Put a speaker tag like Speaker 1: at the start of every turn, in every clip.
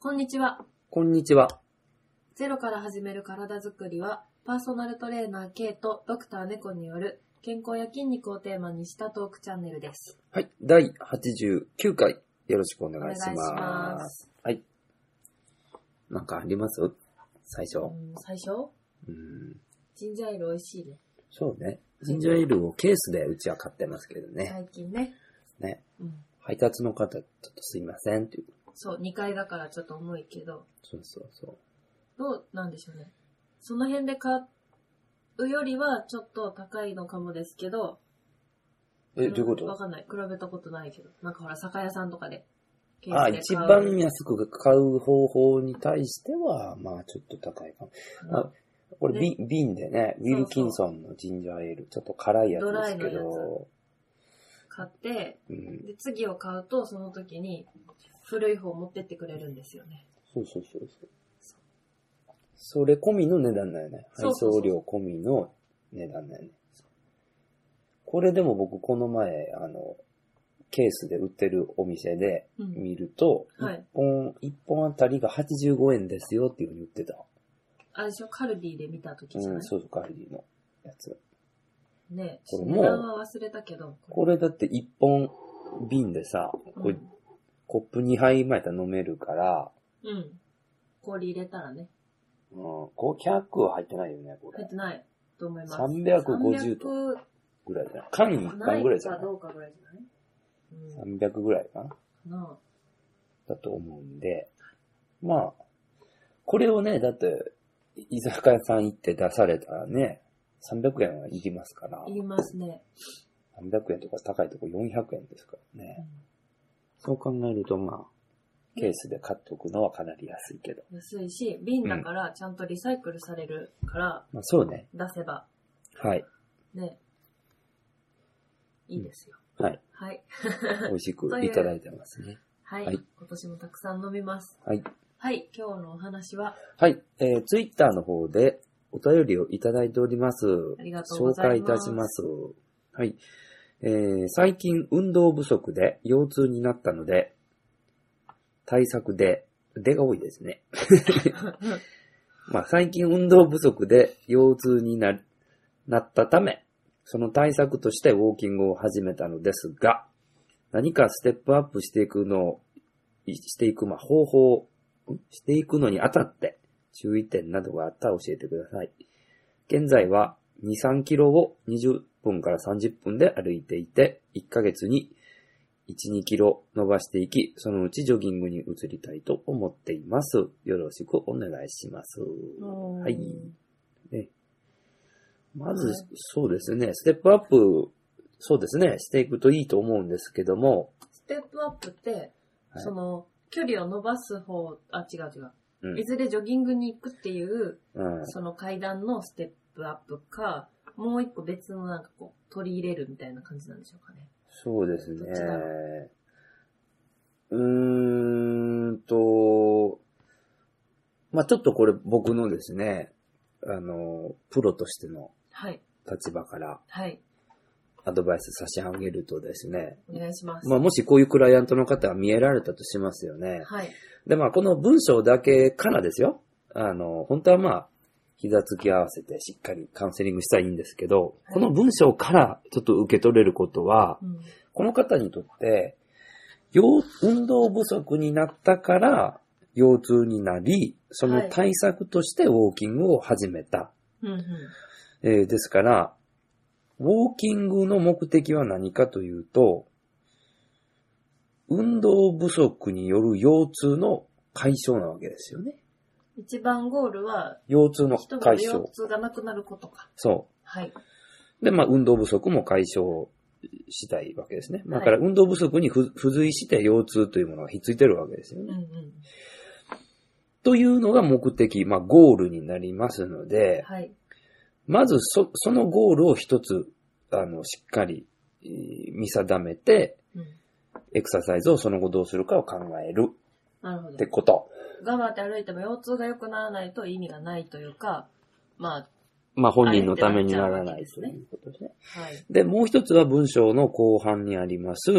Speaker 1: こんにちは。
Speaker 2: こんにちは。
Speaker 1: ゼロから始める体づくりは、パーソナルトレーナー K とドクター猫による健康や筋肉をテーマにしたトークチャンネルです。
Speaker 2: はい。第89回、よろしくお願いします。
Speaker 1: お願いします
Speaker 2: はい。なんかあります最初。
Speaker 1: うん最初
Speaker 2: うん。
Speaker 1: ジンジャーエール美味しいね。
Speaker 2: そうね。ジンジャーエールをケースでうちは買ってますけどね。
Speaker 1: 最近ね。
Speaker 2: ね。
Speaker 1: うん。
Speaker 2: 配達の方、ちょっとすいませんっていう。
Speaker 1: そう、2階だからちょっと重いけど、
Speaker 2: そうそうそ
Speaker 1: どうなんでしょうね。その辺で買うよりはちょっと高いのかもですけど、
Speaker 2: う。え、どういうこ
Speaker 1: わ
Speaker 2: と
Speaker 1: かんない。比べたことないけど。なんかほら、酒屋さんとかで。
Speaker 2: あ、
Speaker 1: ケース
Speaker 2: 一
Speaker 1: で買う
Speaker 2: 番安く買う方法に対しては、まあちょっと高いかも。あこれ、
Speaker 1: ね
Speaker 2: 瓶瓶でね、ウィルキンソンのジンジャーエール、ちょっと辛いやつですけ
Speaker 1: ドライ
Speaker 2: ど、
Speaker 1: 買って、
Speaker 2: うん、
Speaker 1: で、次を買うと、その時に、古い方を持ってってくれるんですよね。
Speaker 2: そうそうそうそう。それ込みの値段だよね。
Speaker 1: そ
Speaker 2: 配
Speaker 1: うそうそう
Speaker 2: 送料込みの値段だよね。これでも僕この前、あの、ケースで売ってるお店で
Speaker 1: うん。
Speaker 2: 見ると、
Speaker 1: はい
Speaker 2: 1本、一本あたりが85円ですよっていうふうに言ってた。
Speaker 1: あれでしょ、カルディで見た時
Speaker 2: う
Speaker 1: じゃない、
Speaker 2: ん、そうそう、カルディのやつ。
Speaker 1: ね
Speaker 2: これも
Speaker 1: 値段は忘れたけど、
Speaker 2: これだって1本瓶でさ、こ
Speaker 1: う。
Speaker 2: うんコップ2杯前やったら飲めるから、
Speaker 1: うん。氷入れたらね、
Speaker 2: うん、500は入ってないよね、こ
Speaker 1: 入
Speaker 2: れ
Speaker 1: って。ないと思います。
Speaker 2: 350とぐらいじゃない缶に1
Speaker 1: 300な
Speaker 2: 杯ぐらい
Speaker 1: い
Speaker 2: じゃな
Speaker 1: か
Speaker 2: い
Speaker 1: どうかぐらいじゃないうん。
Speaker 2: 300ぐらいかな
Speaker 1: なあ
Speaker 2: だと思うんで、まあ、これをね、だって、居酒屋さん行って出されたらね、300円はいりますから、
Speaker 1: 言いますね。
Speaker 2: 300円とか高いとこ400円ですから
Speaker 1: う
Speaker 2: ね。
Speaker 1: ん
Speaker 2: そう考えるとまあ、ケースで買っておくのはかなり安いけど。
Speaker 1: 安いし、瓶だからちゃんとリサイクルされるから、
Speaker 2: まあそうね。
Speaker 1: 出せば、
Speaker 2: はい。
Speaker 1: ね。いいですよ。
Speaker 2: はい。
Speaker 1: はい。
Speaker 2: 美味しくいただいてますね。
Speaker 1: はい。
Speaker 2: はい
Speaker 1: 今年もたくさん飲みます。
Speaker 2: はい。
Speaker 1: はい、今日のお話は、
Speaker 2: はい。えー、ツイッターの方でお便りをいただいております。
Speaker 1: ありがとうございます
Speaker 2: 紹介いたします。はい。えー、最近運動不足で腰痛になったので、対策で、腕が多いで すね。まあ最近運動不足で腰痛にな、なったため、その対策としてウォーキングを始めたのですが、何かステップアップしていくのを、いしていく、まあ、方法、んしていくのにあたって、注意点などがあったら教えてください。現在は2、3キロを20分から30分で歩いていて、1ヶ月に1、2キロ伸ばしていき、そのうちジョギングに移りたいと思っています。よろしくお願いします。
Speaker 1: は
Speaker 2: はいまず、
Speaker 1: はい
Speaker 2: そうですね、ステップアップ、そうですね、していくといいと思うんですけども、
Speaker 1: ステップアップって、
Speaker 2: はい
Speaker 1: その、距離を伸ばす方、あ、違う違う。
Speaker 2: うん
Speaker 1: いずれジョギングに行くっていう、
Speaker 2: うん、
Speaker 1: その階段のステップアップか、もう一個別のなんかこう、取り入れるみたいな感じなんでしょうかね。
Speaker 2: そうです
Speaker 1: どっちだ
Speaker 2: ね。うーんと、まあちょっとこれ僕のですね、あの、プロとしての
Speaker 1: はい、
Speaker 2: 立場から
Speaker 1: はい、
Speaker 2: アドバイス差し上げるとですね、
Speaker 1: お願いします。
Speaker 2: まあもしこういうクライアントの方が見えられたとしますよね。
Speaker 1: はい、
Speaker 2: で、まあこの文章だけからですよ。あの、本当はまあ、膝つき合わせてしっかりカウンセリングしたらいいんですけど、
Speaker 1: はい
Speaker 2: この文章からちょっと受け取れることは、
Speaker 1: うん、
Speaker 2: この方にとって、腰運動不足になったから腰痛になり、その対策としてウォーキングを始めた。
Speaker 1: うん、うん。
Speaker 2: えーですから、ウォーキングの目的は何かというと、運動不足による腰痛の解消なわけですよね。
Speaker 1: 一番ゴールは、
Speaker 2: 腰痛の
Speaker 1: 人が
Speaker 2: 解
Speaker 1: 腰
Speaker 2: 消。
Speaker 1: 痛がなくなることか。
Speaker 2: そう。
Speaker 1: はい、
Speaker 2: で、まあ、運動不足も解消したいわけですね。まあ、
Speaker 1: は
Speaker 2: だ
Speaker 1: い
Speaker 2: から運動不足にふ付随して腰痛というものがひっついてるわけですよ
Speaker 1: うん、
Speaker 2: ね。
Speaker 1: うん。
Speaker 2: というのが目的、まあ、ゴールになりますので、
Speaker 1: はい、
Speaker 2: まずそ、そのゴールを一つ、あの、しっかり、えー見定めて、
Speaker 1: うん。
Speaker 2: エクササイズをその後どうするかを考える
Speaker 1: なるほど
Speaker 2: って。こと。
Speaker 1: 頑張って歩いても腰痛が良くならないと意味がないというか、まあ、
Speaker 2: まあ、本人のためになら
Speaker 1: あえてなっちゃうわ
Speaker 2: な
Speaker 1: け
Speaker 2: い
Speaker 1: です
Speaker 2: と
Speaker 1: ね
Speaker 2: いうことですね。
Speaker 1: はい。
Speaker 2: で、もう一つは文章の後半にあります、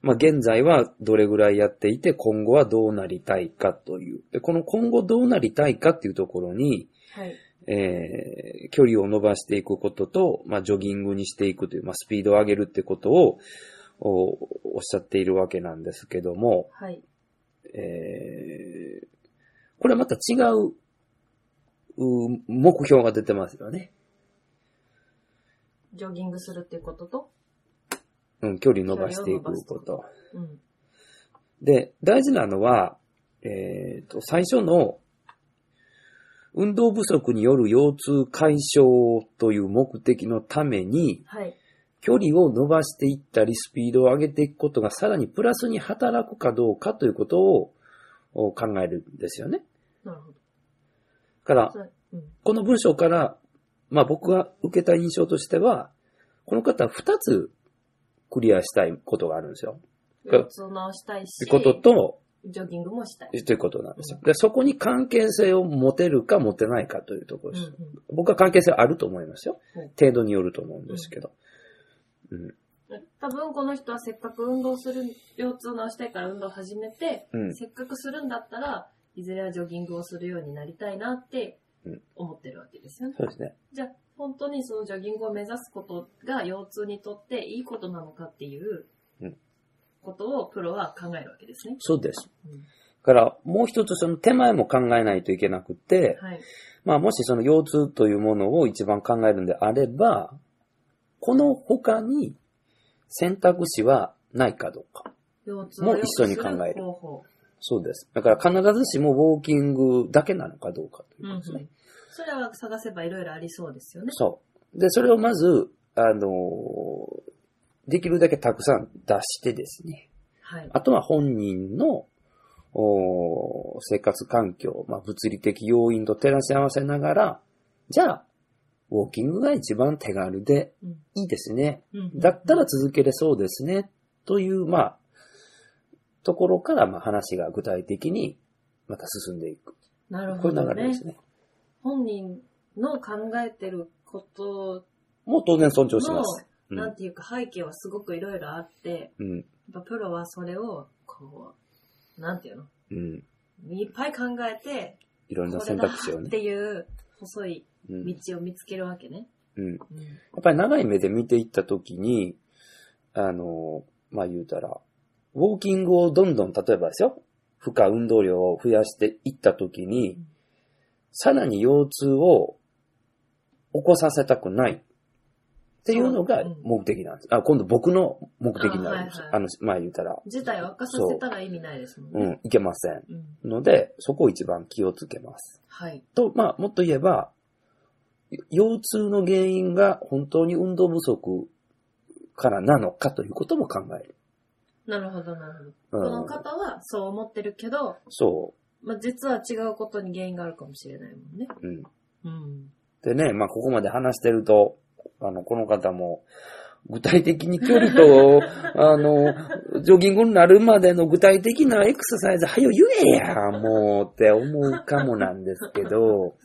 Speaker 2: まあ、現在はどれぐらいやっていて、今後はどうなりたいかという。で、この今後どうなりたいかっていうところに、
Speaker 1: はい。
Speaker 2: えー距離を伸ばしていくことと、まあ、ジョギングにしていくという、まあ、スピードを上げるってことを、おおっしゃっているわけなんですけども、
Speaker 1: はい。
Speaker 2: えーこれはまた違う、う目標が出てますよね。
Speaker 1: ジョギングするっていうことと、
Speaker 2: うん、距離伸ばしていくこ
Speaker 1: 距離
Speaker 2: と。
Speaker 1: うん。
Speaker 2: で、大事なのは、えっ、と、最初の、運動不足による腰痛解消という目的のために、
Speaker 1: はい。
Speaker 2: 距離を伸ばしていったり、スピードを上げていくことがさらにプラスに働くかどうかということをお考えるんですよね。
Speaker 1: なるほど。
Speaker 2: だから
Speaker 1: そ、れうん。
Speaker 2: この文章から、まあ僕が受けた印象としては、この方二つクリアしたいことがあるんですよ。
Speaker 1: 腰痛を直したい
Speaker 2: と
Speaker 1: し、
Speaker 2: いうことと、
Speaker 1: ジョギングもしたい。
Speaker 2: ということなんですよ。で、そこに関係性を持てるか持てないかというところ
Speaker 1: うん
Speaker 2: です。
Speaker 1: うん。
Speaker 2: 僕は関係性あると思いますよ
Speaker 1: うん。
Speaker 2: 程度によると思うんですけど。うん。
Speaker 1: 多分この人はせっかく運動する、腰痛を治したいから運動を始めて、
Speaker 2: うん
Speaker 1: せっかくするんだったら、いずれはジョギングをするようになりたいなって
Speaker 2: うん
Speaker 1: 思ってるわけですよね。
Speaker 2: そうですね。
Speaker 1: じゃあ、本当にそのジョギングを目指すことが腰痛にとっていいことなのかっていう
Speaker 2: うん
Speaker 1: ことをプロは考えるわけですね。
Speaker 2: そうです。
Speaker 1: うん
Speaker 2: だから、もう一つその手前も考えないといけなくて、
Speaker 1: はい。
Speaker 2: まあもしその腰痛というものを一番考えるんであれば、この他に選択肢はないかどうか。
Speaker 1: 腰痛を良くす
Speaker 2: もう一緒に考える
Speaker 1: 方法。
Speaker 2: そうです。だから必ずしもウォーキングだけなのかどうかといううんこ
Speaker 1: う
Speaker 2: と
Speaker 1: ん
Speaker 2: ですね。
Speaker 1: それは探せばいろいろありそうですよね。
Speaker 2: そう。で、それをまず、あのーできるだけたくさん出してですね。
Speaker 1: はい。
Speaker 2: あとは本人の、おー生活環境、まあ、物理的要因と照らし合わせながら、じゃあ、ウォーキングが一番手軽で
Speaker 1: うん
Speaker 2: いいですね。
Speaker 1: うん
Speaker 2: だったら続けれそうですね。という、まあ、ところから、まあ、話が具体的にまた進んでいく。
Speaker 1: なる
Speaker 2: こ
Speaker 1: ほ
Speaker 2: ういう
Speaker 1: ど
Speaker 2: 流れ
Speaker 1: ね
Speaker 2: です。ね。
Speaker 1: 本人の考えてること
Speaker 2: もう当然尊重し
Speaker 1: の
Speaker 2: ま、す。う
Speaker 1: なん
Speaker 2: ん。
Speaker 1: ていうか背景はすごくいろいろあって、やっ
Speaker 2: うん。
Speaker 1: ぱプロはそれを、こう、なんていうの
Speaker 2: うん。
Speaker 1: いっぱい考えて、
Speaker 2: いろんな
Speaker 1: これ
Speaker 2: 選
Speaker 1: だっ
Speaker 2: 択肢をね。
Speaker 1: ていう細い
Speaker 2: うん。
Speaker 1: 道を見つけるわけね。
Speaker 2: うん
Speaker 1: うん
Speaker 2: やっぱり長い目で見ていったときに、あの、まあ、言うたら、ウォーキングをどんどん、例えばですよ、負荷、運動量を増やしていったときに、さらに腰痛を起こさせたくないっていうの
Speaker 1: そ
Speaker 2: が
Speaker 1: ううん
Speaker 2: 目的なんです。あ、今度僕の目的になるんです。
Speaker 1: あはいはい
Speaker 2: あの、まあ、言うたら、
Speaker 1: 事態を悪化させたら意味ないですもん
Speaker 2: う
Speaker 1: ね。
Speaker 2: ん、いけません。
Speaker 1: うん
Speaker 2: ので、そこを一番気をつけます。
Speaker 1: はい。
Speaker 2: と、まあ、もっと言えば、腰痛の原因が本当に運動不足からなのかということも考える。
Speaker 1: なるほど、なるほど。
Speaker 2: う
Speaker 1: こ
Speaker 2: ん
Speaker 1: の、方はそう思ってるけど、
Speaker 2: そ
Speaker 1: まあ、実は違うことに原因があるかもしれないもんね。
Speaker 2: う、うん。
Speaker 1: うん。
Speaker 2: でね、まあ、ここまで話してると、あの、この方も、具体的に距離と、あの、ジョギングになるまでの具体的なエクササイズ、はよ言えや、もう、って思うかもなんですけど、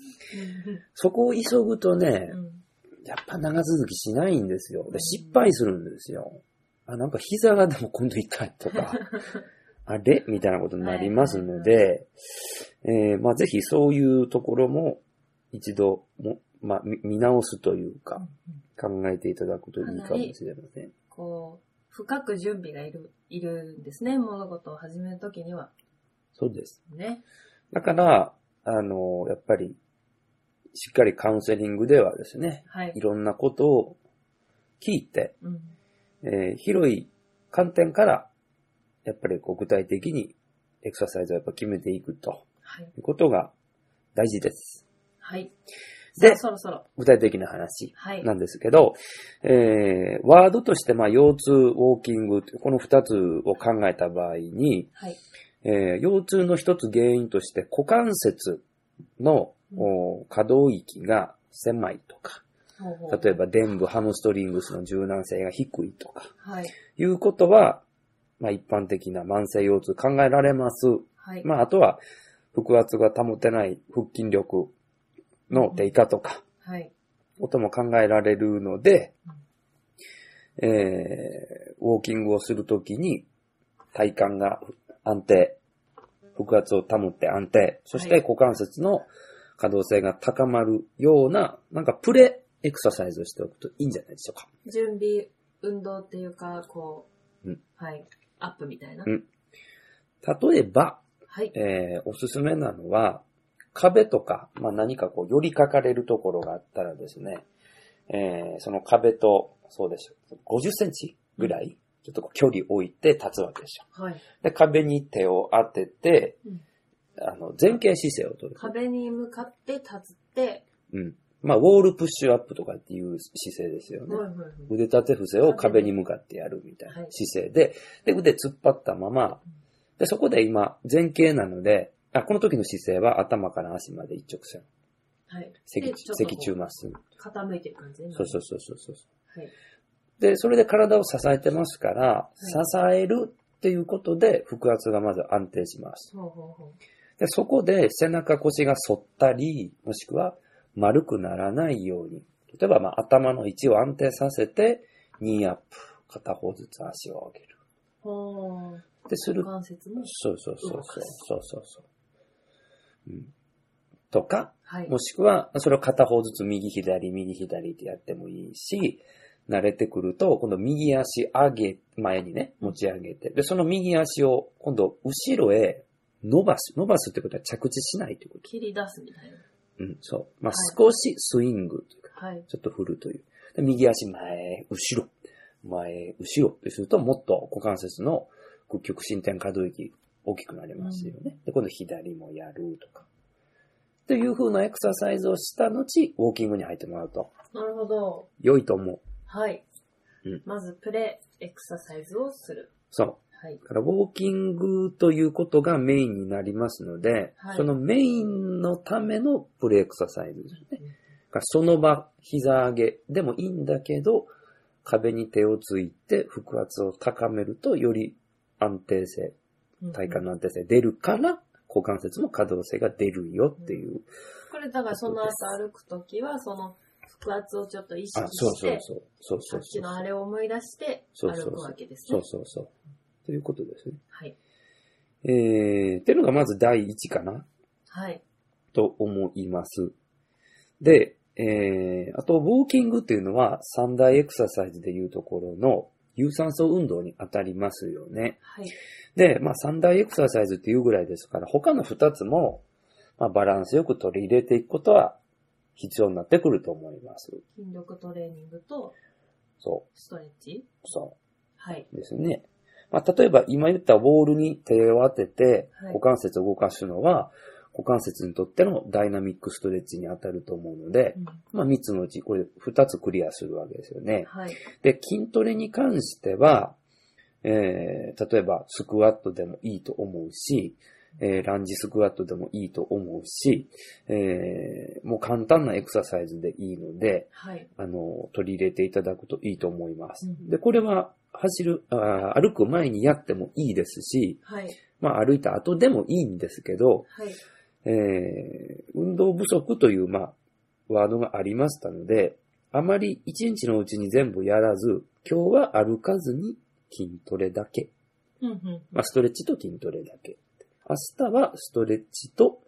Speaker 2: そこを急ぐとね、
Speaker 1: うん
Speaker 2: やっぱ長続きしないんですよ。で、失敗するんですよ。あ、なんか膝がでも今度痛いとか、あれみたいなことになりますので、えー、まあぜひそういうところも一度も、まあ見見直すという
Speaker 1: う
Speaker 2: か、
Speaker 1: ん
Speaker 2: 考えていただくといいかもしれません。
Speaker 1: こう、深く準備がいる、いるんですね。物事を始めるときには。
Speaker 2: そうです。
Speaker 1: ね。
Speaker 2: だから、あの、やっぱり、しっかりカウンセリングではですね、
Speaker 1: はい
Speaker 2: い。ろんなことを聞いて、
Speaker 1: うん。
Speaker 2: えー広い観点から、やっぱりこう具体的にエクササイズをやっぱ決めていくと
Speaker 1: はい。
Speaker 2: いうことが大事です。
Speaker 1: はい。さ
Speaker 2: で
Speaker 1: あそろそろ。
Speaker 2: 具体的な話
Speaker 1: はい。
Speaker 2: なんですけど、えーワードとして、まあ、腰痛、ウォーキング、この二つを考えた場合に、
Speaker 1: はい。
Speaker 2: えー腰痛の一つ原因として股関節の、
Speaker 1: うん
Speaker 2: お可動域が狭いとか、
Speaker 1: ほうほう
Speaker 2: 例えば伝部、ハムストリングスの柔軟性が低いとか、
Speaker 1: はい。
Speaker 2: いうことは、まあ一般的な慢性腰痛考えられます。
Speaker 1: はい。
Speaker 2: まああとは、腹圧が保てない腹筋力の低下とか、
Speaker 1: はい。
Speaker 2: ことも考えられるので、えー、ウォーキングをするときに体幹が安定、腹圧を保って安定、そし
Speaker 1: は
Speaker 2: て
Speaker 1: い
Speaker 2: 股関節の可動性が高まるような、なんかプレエクササイズをしておくといいんじゃないでしょうか。
Speaker 1: 準備運動っていうか、こう、
Speaker 2: うん
Speaker 1: はい、アップみたいな。
Speaker 2: うん例えば、
Speaker 1: はい。
Speaker 2: えーおすすめなのは、壁とか、まあ、何かこう、寄りかかれるところがあったらですね、えーその壁と、そうです。50センチぐらい、ちょっとこう距離置いて立つわけですよ。
Speaker 1: はい。
Speaker 2: で、壁に手を当てて
Speaker 1: うん、
Speaker 2: あの、前傾姿勢をとる。
Speaker 1: 壁に向かって立つって、
Speaker 2: うん。まあ、ウォールプッシュアップとかっていう姿勢ですよね。
Speaker 1: はいはいはい
Speaker 2: 腕立て伏せを壁に向かってやるみたいな
Speaker 1: はい
Speaker 2: 姿勢で、で、腕突っ張ったまま、で、そこで今、前傾なので、あ、この時の姿勢は頭から足まで一直線。
Speaker 1: はい。
Speaker 2: 脊
Speaker 1: で
Speaker 2: 柱
Speaker 1: ちょっとこ
Speaker 2: 脊
Speaker 1: う
Speaker 2: 柱麻酔。
Speaker 1: 傾いてる感じね。
Speaker 2: そうそうそうそうそう。
Speaker 1: はい。
Speaker 2: で、それで体を支えてますから、
Speaker 1: い
Speaker 2: 支えるっていうことで、腹圧がまず安定します。
Speaker 1: ほうほうほ
Speaker 2: で、そこで背中腰が反ったり、もしくは丸くならないように。例えば、まあ、頭の位置を安定させて、ニーアップ。片方ずつ足を上げる。
Speaker 1: う。ほう。
Speaker 2: で、する
Speaker 1: 股関節も。
Speaker 2: そうそうそう
Speaker 1: 動
Speaker 2: そ
Speaker 1: か
Speaker 2: う。
Speaker 1: す
Speaker 2: そうそうそう。うん。とか、
Speaker 1: はい。
Speaker 2: もしくは、それを片方ずつ右左、右左ってやってもいいし、慣れてくると、今度右足上げ、前にね、持ち上げて、で、その右足を今度後ろへ伸ばす。伸ばすってことは着地しないってこと。
Speaker 1: 切り出すみたい
Speaker 2: うん、そう。まあ、
Speaker 1: は
Speaker 2: 少しスイングというか、
Speaker 1: な。はい。
Speaker 2: ちょっと振るという。で右足前、後ろ、前、後ろってすると、もっと股関節の極伸展可動域大きくなりますよね。で、今度左もやるとか。という風なエクササイズをした後、ウォーキングに入ってもらうと
Speaker 1: なるほど。
Speaker 2: 良いと思う。
Speaker 1: はい。
Speaker 2: うん
Speaker 1: まず、プレエクササイズをする。
Speaker 2: そう。
Speaker 1: はい。
Speaker 2: だから、ウォーキングということがメインになりますので、
Speaker 1: はい
Speaker 2: そのメインのためのプレエクササイズですね。だからその場、膝上げでもいいんだけど、壁に手をついて腹圧を高めると、より安定性、
Speaker 1: うん
Speaker 2: 体幹の安定性出るから、股関節の可動性が出るよっていう。
Speaker 1: これ、だからその後歩くときは、その腹圧をちょっと意識
Speaker 2: あ、そう
Speaker 1: し
Speaker 2: そう
Speaker 1: て、
Speaker 2: そう。そう
Speaker 1: さ
Speaker 2: そう
Speaker 1: っき
Speaker 2: そう。
Speaker 1: のあれを思い出して
Speaker 2: そうそうそ
Speaker 1: 歩
Speaker 2: う
Speaker 1: くわけです
Speaker 2: そ
Speaker 1: ね
Speaker 2: う。そうそう。ということですね。
Speaker 1: はい。
Speaker 2: えー、っていうのがまず第一かな。
Speaker 1: はい。
Speaker 2: と思います。で、えー、あと、ウォーキングっていうのは三大エクササイズでいうところの有酸素運動に当たりますよね。
Speaker 1: はい。
Speaker 2: で、まあ三大エクササイズっていうぐらいですから、他の二つも、まあ、バランスよく取り入れていくことは必要になってくると思います。
Speaker 1: 筋力トレーニングと
Speaker 2: そ
Speaker 1: ストレッチ
Speaker 2: う、そ
Speaker 1: はい。
Speaker 2: うですね。まあ、例えば今言ったウォールに手を当てて
Speaker 1: はい
Speaker 2: 股関節を動かすのは、股関節にとってのダイナミックストレッチに当たると思うので、
Speaker 1: うん
Speaker 2: まあ、3つのうち、これ2つクリアするわけですよね。
Speaker 1: はい。
Speaker 2: で、筋トレに関しては、えー、例えば、スクワットでもいいと思うし、えー、ランジスクワットでもいいと思うし、えー、もう簡単なエクササイズでいいので、
Speaker 1: はい。
Speaker 2: あの、取り入れていただくといいと思います
Speaker 1: う。ん
Speaker 2: で、これは、走る、あー歩く前にやってもいいですし、
Speaker 1: はい。
Speaker 2: まあ歩いた後でもいいんですけど、
Speaker 1: はい。
Speaker 2: えー運動不足という、まあ、ワードがありましたので、あまり一日のうちに全部やらず、今日は歩かずに筋トレだけ。
Speaker 1: うんうん。
Speaker 2: まあ、ストレッチと筋トレだけ。明日はストレッチと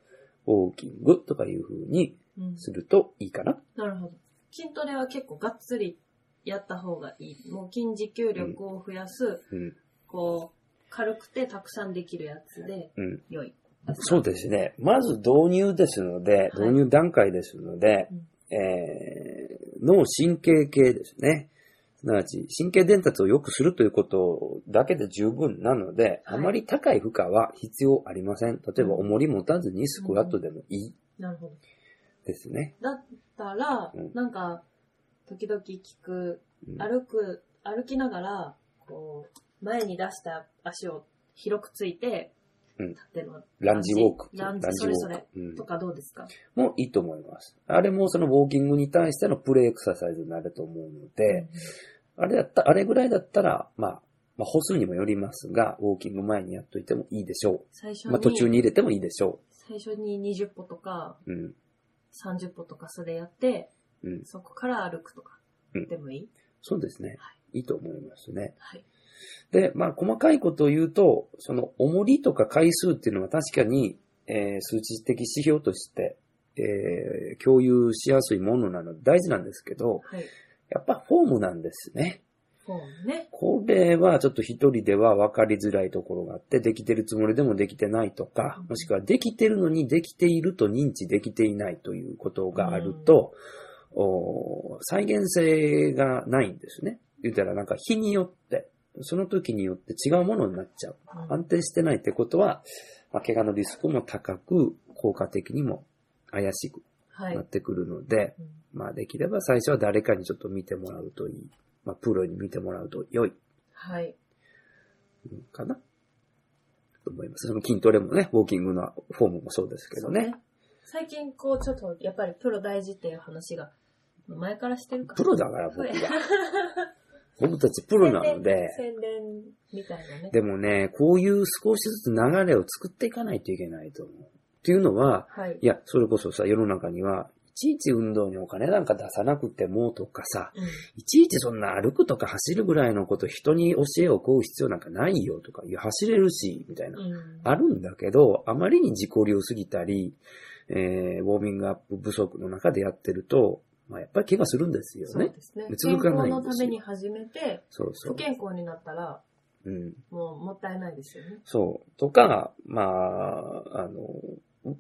Speaker 2: ウォーキングとかいう風に
Speaker 1: うん
Speaker 2: するといいかな。
Speaker 1: なるほど。筋トレは結構がっつりやった方がいい。もう筋持久力を増やす、
Speaker 2: うん。
Speaker 1: こう、軽くてたくさんできるやつで
Speaker 2: うん。
Speaker 1: 良い。
Speaker 2: そうですね。まず導入ですので、
Speaker 1: はい
Speaker 2: 導入段階ですので、えー脳神経系ですね。すなわち、神経伝達を良くするということだけで十分なので、
Speaker 1: はい
Speaker 2: あまり高い負荷は必要ありません。例えば、
Speaker 1: うん
Speaker 2: 重り持たずにスクワットでもいい
Speaker 1: なるほど。
Speaker 2: ですね。
Speaker 1: だったら、
Speaker 2: うん
Speaker 1: なんか、時々聞く、
Speaker 2: うん
Speaker 1: 歩く、歩きながら、こう、前に出した足を広くついて、
Speaker 2: うん
Speaker 1: 立っての
Speaker 2: ランジウォーク。
Speaker 1: ランジ
Speaker 2: ウォーク
Speaker 1: それそれ
Speaker 2: うん
Speaker 1: とかどうですか、
Speaker 2: もいいと思います。あれもそのウォーキングに対してのプレイエクササイズになると思うので、あれだった、あれぐらいだったら、まあ、まあ、歩数にもよりますが、ウォーキング前にやっといてもいいでしょ
Speaker 1: 最初
Speaker 2: う。
Speaker 1: に、
Speaker 2: まあ、途中に入れてもいいでしょ
Speaker 1: 最初に20歩とか
Speaker 2: う。うん。
Speaker 1: 30歩とかそれやって、
Speaker 2: うん。
Speaker 1: そこから歩くとか
Speaker 2: うん、
Speaker 1: でもいい、
Speaker 2: そうですね。いいと思いますね。
Speaker 1: はい。
Speaker 2: で、まあ、細かいことを言うと、その、重りとか回数っていうのは確かに、えー数値的指標として、えー共有しやすいものなので大事なんですけど、
Speaker 1: はい。
Speaker 2: やっぱフォームなんですね。
Speaker 1: フォームね。
Speaker 2: これはちょっと一人では分かりづらいところがあって、できてるつもりでもできてないとか、もしくはできてるのにできていると認知できていないということがあると、おー再現性がないんですね。言ったらなんか日によって、その時によって違うものになっちゃう。
Speaker 1: うん
Speaker 2: 安定してないってことは、まあ怪我のリスクも高く、効果的にも怪しく
Speaker 1: はい
Speaker 2: なっ。てくるので、
Speaker 1: うん
Speaker 2: まあできれば最初は誰かにちょっと見てもらうといい。まあプロに見てもらうと良い。
Speaker 1: はい。
Speaker 2: かなと思います。その筋トレもね、ウォーキングのフォームもそうですけどね。
Speaker 1: そう最近こうちょっとやっぱりプロ大事っていう話が前からしてるから。
Speaker 2: プロだから僕
Speaker 1: そう
Speaker 2: が。僕たちプロなので。
Speaker 1: 宣伝宣伝みたいなね。
Speaker 2: でもね、こういう少しずつ流れを作っていかないといけないと思う。っていうのは、
Speaker 1: はい。
Speaker 2: いや、それこそさ、世の中には、いちいち運動にお金なんか出さなくてもとかさ、
Speaker 1: うん
Speaker 2: いちいちそんな歩くとか走るぐらいのこと人に教えを請う必要なんかないよとか、いや、走れるし、みたいな。
Speaker 1: うん
Speaker 2: あるんだけど、あまりに自己流すぎたり、えー、ウォーミングアップ不足の中でやってると、まあ、やっぱり怪我するんですよ
Speaker 1: そう
Speaker 2: ね。
Speaker 1: ですね。健
Speaker 2: 続か
Speaker 1: 康
Speaker 2: ないんですよ
Speaker 1: のために始めて、
Speaker 2: そうそ
Speaker 1: 不
Speaker 2: う。
Speaker 1: 健康になったら、
Speaker 2: うん。
Speaker 1: もうもったいないですよね。
Speaker 2: そう。とか、まあ、あの、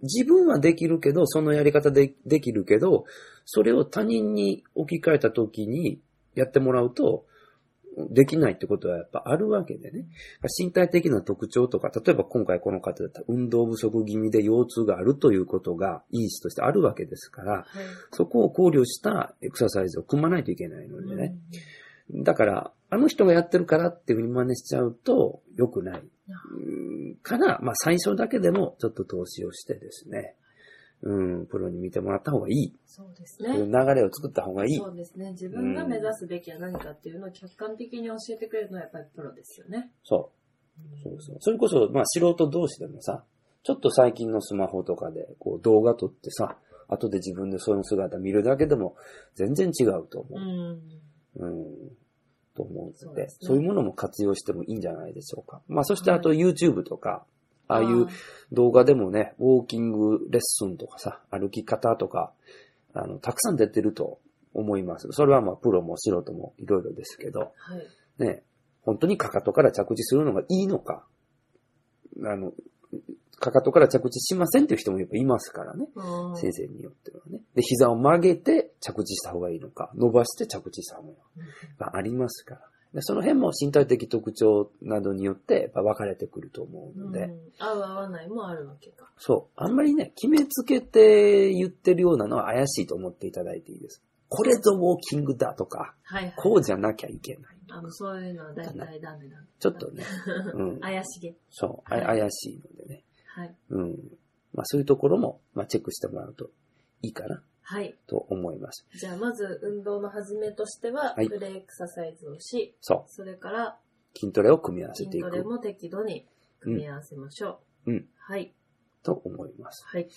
Speaker 2: 自分はできるけど、そのやり方でできるけど、それを他人に置き換えた時にやってもらうと、できないってことはやっぱあるわけでね。身体的な特徴とか、例えば今回この方だったら運動不足気味で腰痛があるということが因子としてあるわけですから、
Speaker 1: はい。
Speaker 2: そこを考慮したエクササイズを組まないといけないのでね。だから、あの人がやってるからっていうふうに真似しちゃうと良くない。うんから、まあ最初だけでもちょっと投資をしてですね。うん、プロに見てもらった方がいい。
Speaker 1: そうです
Speaker 2: そういう
Speaker 1: ね。
Speaker 2: 流れを作った方がいい。
Speaker 1: そうですね。自分が目指すべきは何かっていうのを客観的に教えてくれるのはやっぱりプロですよね。
Speaker 2: そう。そうそう。それこそ、まあ素人同士でもさ、ちょっと最近のスマホとかで、こう動画撮ってさ、後で自分でその姿見るだけでも全然違うと思
Speaker 1: うん。
Speaker 2: う。うん。と思う
Speaker 1: そ
Speaker 2: の
Speaker 1: う
Speaker 2: で
Speaker 1: ですね
Speaker 2: そういうものも活用してもいいんじゃないでしょうか。まあそしてあと
Speaker 1: は
Speaker 2: YouTube とか、ああいう動画でもね、ウォーキングレッスンとかさ、歩き方とか、あの、たくさん出てると思います。それはまあプロも素人もいろいろですけど。
Speaker 1: はい。
Speaker 2: ね、本当にかかとから着地するのがいいのか、あの、かかとから着地しませんっていう人もやっぱいますからね。
Speaker 1: うん
Speaker 2: 先生によってはね。で、膝を曲げて着地した方がいいのか、伸ばして着地した方がいいのかがありますから。でその辺も身体的特徴などによってやっぱ分かれてくると思う
Speaker 1: う
Speaker 2: の
Speaker 1: ん
Speaker 2: で、
Speaker 1: 合う合わないもあるわけか。
Speaker 2: そう。あんまりね、決めつけて言ってるようなのは怪しいと思っていただいていいです。これぞウォーキングだとか、
Speaker 1: はいはい。
Speaker 2: こうじゃなきゃいけない。
Speaker 1: あの、そういうのは大体ダメだ。
Speaker 2: ちょっとね、うん、
Speaker 1: 怪しげ。
Speaker 2: そう、あ怪しいのでね。
Speaker 1: はい。
Speaker 2: うん。まあそういうところも、まあチェックしてもらうといいかな
Speaker 1: はい。
Speaker 2: と思います。
Speaker 1: じゃあ、まず運動の始めとしては、
Speaker 2: はい
Speaker 1: プレエクササイズをし、
Speaker 2: そ
Speaker 1: それから
Speaker 2: う。筋トレを組み合わせて
Speaker 1: 筋
Speaker 2: い
Speaker 1: トレ
Speaker 2: く
Speaker 1: も適度に組み合わせましょう。
Speaker 2: うんうん
Speaker 1: はい。
Speaker 2: と思います。
Speaker 1: はい。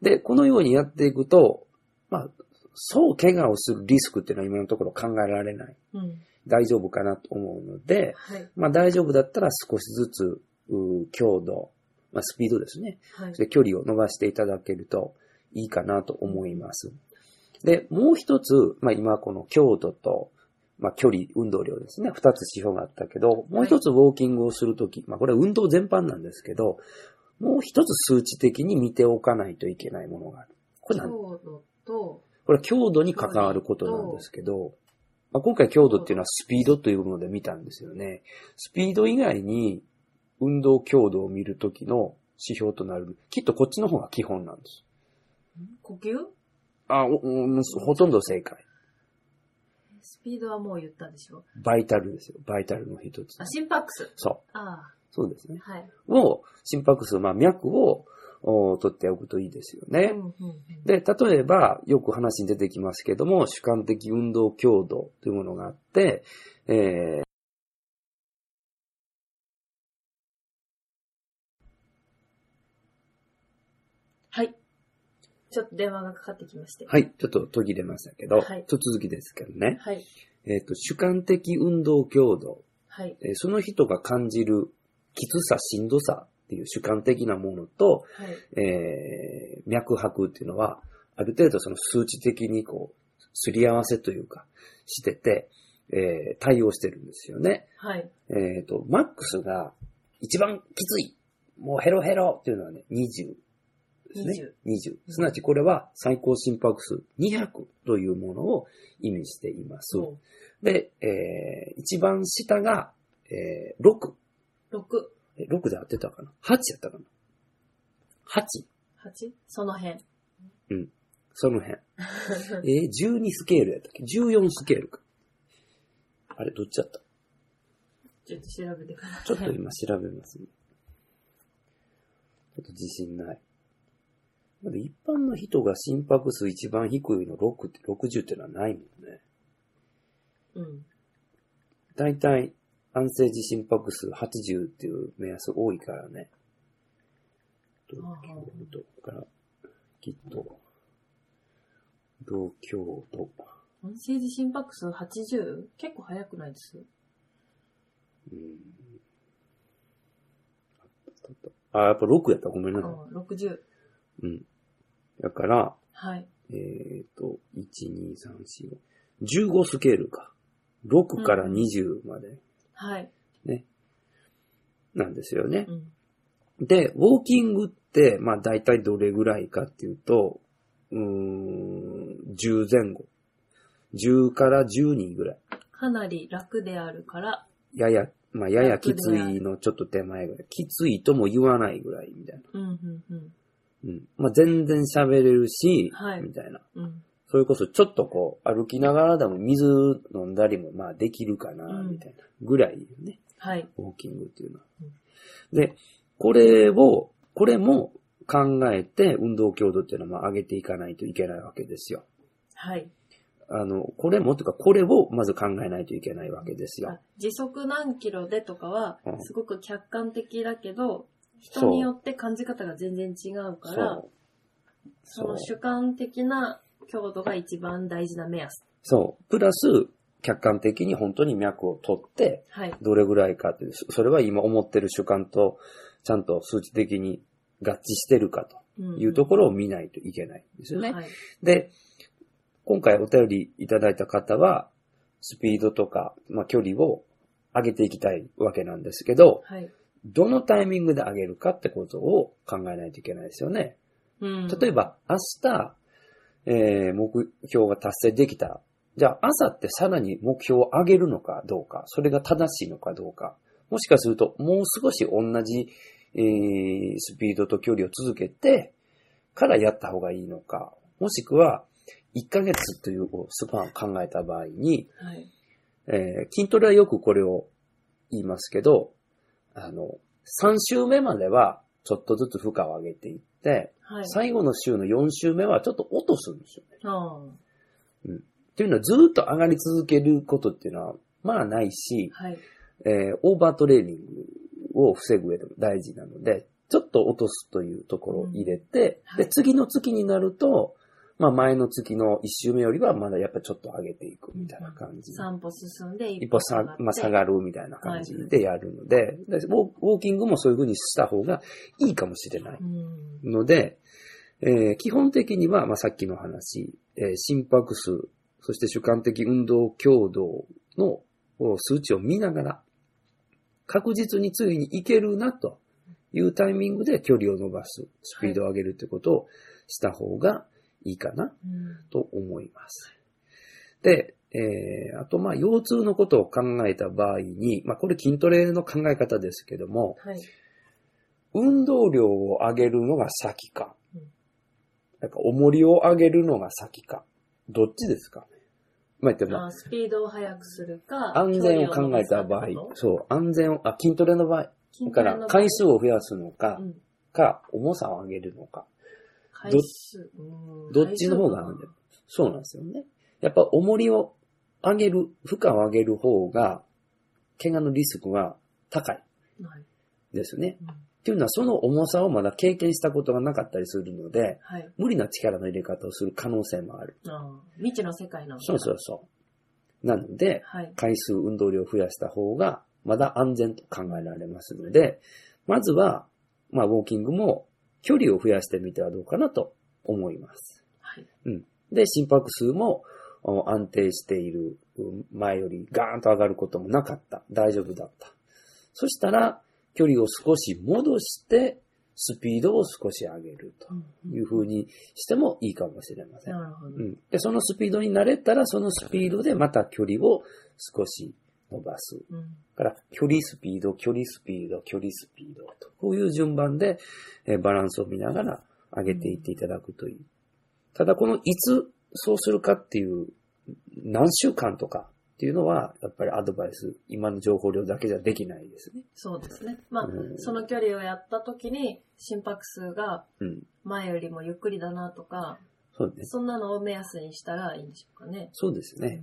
Speaker 2: で、このようにやっていくと、まあ、そう怪我をするリスクっていうのは今のところ考えられない。
Speaker 1: うん。
Speaker 2: 大丈夫かなと思うので、
Speaker 1: はい。
Speaker 2: まあ大丈夫だったら少しずつ、うー強度、まあスピードですね。
Speaker 1: はい。
Speaker 2: で距離を伸ばしていただけるといいかなと思います。で、もう一つ、まあ今この強度と、まあ距離、運動量ですね。二つ指標があったけど、もう一つウォーキングをするとき、まあこれは運動全般なんですけど、もう一つ数値的に見ておかないといけないものがある。これなん
Speaker 1: 強度と、
Speaker 2: これは強度に関わることなんですけど、まあ、今回強度っていうのはスピードというもので見たんですよね。スピード以外に運動強度を見るときの指標となる、きっとこっちの方が基本なんです。
Speaker 1: 呼吸
Speaker 2: あ、おおほとんど正解。
Speaker 1: スピードはもう言ったでしょ。
Speaker 2: バイタルですよ。バイタルの一つ
Speaker 1: あ、。心拍数。
Speaker 2: そ
Speaker 1: あ
Speaker 2: う。そうですね。
Speaker 1: あ、はい。
Speaker 2: を、心拍数、まあ脈をお取っておくといいですよね。
Speaker 1: うんうんうん
Speaker 2: で、例えば、よく話に出てきますけども、主観的運動強度というものがあって、えー
Speaker 1: はい。ちょっと電話がかかってきまして。
Speaker 2: はい、ちょっと途切れましたけど、
Speaker 1: はい
Speaker 2: ちょっと続きですけどね。
Speaker 1: はい。
Speaker 2: えっ、と、主観的運動強度
Speaker 1: はい。
Speaker 2: えーその人が感じるきつさ、しんどさっていう主観的なものと、
Speaker 1: はい。
Speaker 2: えー脈拍っていうのは、ある程度その数値的にこう、すり合わせというか、してて、えー対応してるんですよね。
Speaker 1: はい。
Speaker 2: えっ、と、マックスが一番きつい、もうヘロヘロっていうのはね、20ですね。20。すなわちこれは最高心拍数200というものを意味しています。
Speaker 1: そ
Speaker 2: で、えー一番下が、えー6。
Speaker 1: う。六、
Speaker 2: え6で合ってたかな ?8 やったかな ?8。
Speaker 1: 八、その辺。
Speaker 2: その辺。えー、12スケールやったっけ ?14 スケールか。あれ、どっちだった
Speaker 1: ちょっと調べてください。
Speaker 2: ちょっと今調べますね。ちょっと自信ない。まだ一般の人が心拍数一番低いの6って、60ってのはないもんね。
Speaker 1: うん。
Speaker 2: だいたい安静時心拍数80っていう目安多いからね。同
Speaker 1: ああ
Speaker 2: 郷とから、きっと、同郷と、
Speaker 1: 音声時心拍数 80? 結構早くないです
Speaker 2: うん。あ、やっぱ6やった。ごめん
Speaker 1: う
Speaker 2: なさい。
Speaker 1: ん、60。
Speaker 2: うん。だから、
Speaker 1: はい。
Speaker 2: えっ、と、1、2、3、4、5。15スケールか。6から
Speaker 1: うん
Speaker 2: 20まで
Speaker 1: はい。
Speaker 2: なんですよね
Speaker 1: う。ん。
Speaker 2: で、ウォーキングって、まあ大体どれぐらいかっていうと、うーん、10前後。10から10人ぐらい。
Speaker 1: かなり楽であるから、
Speaker 2: やや、まあややきついのちょっと手前ぐらい。きついとも言わないぐらいみたいな。
Speaker 1: うん、うん、
Speaker 2: うん。まあ全然喋れるし、
Speaker 1: はい
Speaker 2: みたいな。
Speaker 1: うん。うん。
Speaker 2: それこそちょっとこう、歩きながらでも水飲んだりもまあできるかな、
Speaker 1: うん
Speaker 2: みたいなぐらいよね、
Speaker 1: はい。
Speaker 2: ウォーキングっていうのは
Speaker 1: うん。
Speaker 2: で、これを、これも考えて運動強度っていうのはまあ上げていかないといけないわけですよ。
Speaker 1: はい。
Speaker 2: あの、これもというか、これをまず考えないといけないわけですよ
Speaker 1: あ。時速何キロでとかは
Speaker 2: う、ん
Speaker 1: すごく客観的だけど、
Speaker 2: そう
Speaker 1: 人によって感じ方が全然違うから、
Speaker 2: そう。
Speaker 1: その
Speaker 2: そう。
Speaker 1: 主観的な強度が一番大事な目安。
Speaker 2: そう。プラス、客観的に本当に脈を取って、
Speaker 1: はい。
Speaker 2: どれぐらいかっていう、そそれは今思ってる主観と、ちゃんと数値的に合致してるかと。
Speaker 1: うん
Speaker 2: いうところを見ないといけないんですよね。
Speaker 1: はい。
Speaker 2: で、今回お便りいただいた方は、スピードとか、まあ、距離を上げていきたいわけなんですけど、
Speaker 1: はい。
Speaker 2: どのタイミングで上げるかってことを考えないといけないですよね。
Speaker 1: うん。
Speaker 2: 例えば、明日、えー目標が達成できた。じゃあ、朝ってさらに目標を上げるのかどうか、それが正しいのかどうか。もしかすると、もう少し同じ、えースピードと距離を続けてからやった方がいいのか。もしくは、1ヶ月というスパンを考えた場合に、
Speaker 1: はい。
Speaker 2: えー筋トレはよくこれを言いますけど、あの、3週目までは、ちょっとずつ負荷を上げていって、
Speaker 1: はい。
Speaker 2: 最後の週の4週目はちょっと落とすんですよね。
Speaker 1: あー
Speaker 2: っていうのはずーっと上がり続けることっていうのは、まあないし、
Speaker 1: はい。
Speaker 2: えーオーバートレーニングを防ぐ上でも大事なので、ちょっと落とすというところを入れて、
Speaker 1: うんはい
Speaker 2: で、次の月になると、まあ前の月の1週目よりはまだやっぱちょっと上げていくみたいな感じ。
Speaker 1: 散歩進んで
Speaker 2: 一歩さ、まあ、下
Speaker 1: がっ
Speaker 2: がるみたいな感じでやるので、でウォーウォーキングもそういう風にした方がいいかもしれな
Speaker 1: て。
Speaker 2: い
Speaker 1: うん。
Speaker 2: ので、えー基本的には、まあ、さっきの話、えー心拍数、そして主観的運動強度のお数値を見ながら、確実に次に行けるなというタイミングで距離を伸ばす、スピードを上げるということをした方がいいかな
Speaker 1: うん
Speaker 2: と思います。で、えーあと、まあ、腰痛のことを考えた場合に、まあ、これ筋トレの考え方ですけども、
Speaker 1: はい。
Speaker 2: 運動量を上げるのが先か
Speaker 1: うん、
Speaker 2: なんか重りを上げるのが先か、どっちですかね。まあ、言っても
Speaker 1: あ、スピードを速くするか、
Speaker 2: 安全を考えた場
Speaker 1: 距
Speaker 2: 合
Speaker 1: 離を伸ば、す
Speaker 2: そう、安全を、あ、筋トレの場合、だか
Speaker 1: かってこ
Speaker 2: ら
Speaker 1: と
Speaker 2: 回数を増やすのか
Speaker 1: う、ん
Speaker 2: か、重さを上げるのか、
Speaker 1: 回数うん
Speaker 2: どっちの方がなんだよそうなんですよね。やっぱ重りを上げる、負荷を上げる方が、怪我のリスクが高い
Speaker 1: はい
Speaker 2: ですね。
Speaker 1: うん
Speaker 2: っていうのは、その重さをまだ経験したことがなかったりするので、
Speaker 1: はい。
Speaker 2: 無理な力の入れ方をする可能性もある。
Speaker 1: あー未知の世界なのか
Speaker 2: そうそうそう。なので、
Speaker 1: はい。
Speaker 2: 回数運動量を増やした方が、まだ安全と考えられますので、まずは、まあ、ウォーキングも距離を増やしてみてはどうかなと思います。
Speaker 1: はい。
Speaker 2: で、心拍数もお安定している。うん前よりガーンと上がることもなかった。大丈夫だった。そしたら、距離を少し戻して、スピードを少し上げるという風にしてもいいかもしれません。
Speaker 1: なるほど。
Speaker 2: うん。で、そのスピードに慣れたら、そのスピードでまた距離を少し伸ばす。
Speaker 1: うん。
Speaker 2: だから、距離スピード、距離スピード、距離スピードと、こういう順番で、えーバランスを見ながら上げていっていただくといい。ただ、このいつそうするかっていう、何週間とかっていうのは、やっぱりアドバイス、今の情報量だけじゃできないですね。
Speaker 1: そうですね。まあ、
Speaker 2: うん
Speaker 1: その距離をやった時に心拍数が
Speaker 2: うん。
Speaker 1: 前よりもゆっくりだなとか、
Speaker 2: そうですね。
Speaker 1: そんなのを目安にしたらいいんでしょうかね。
Speaker 2: そうですね。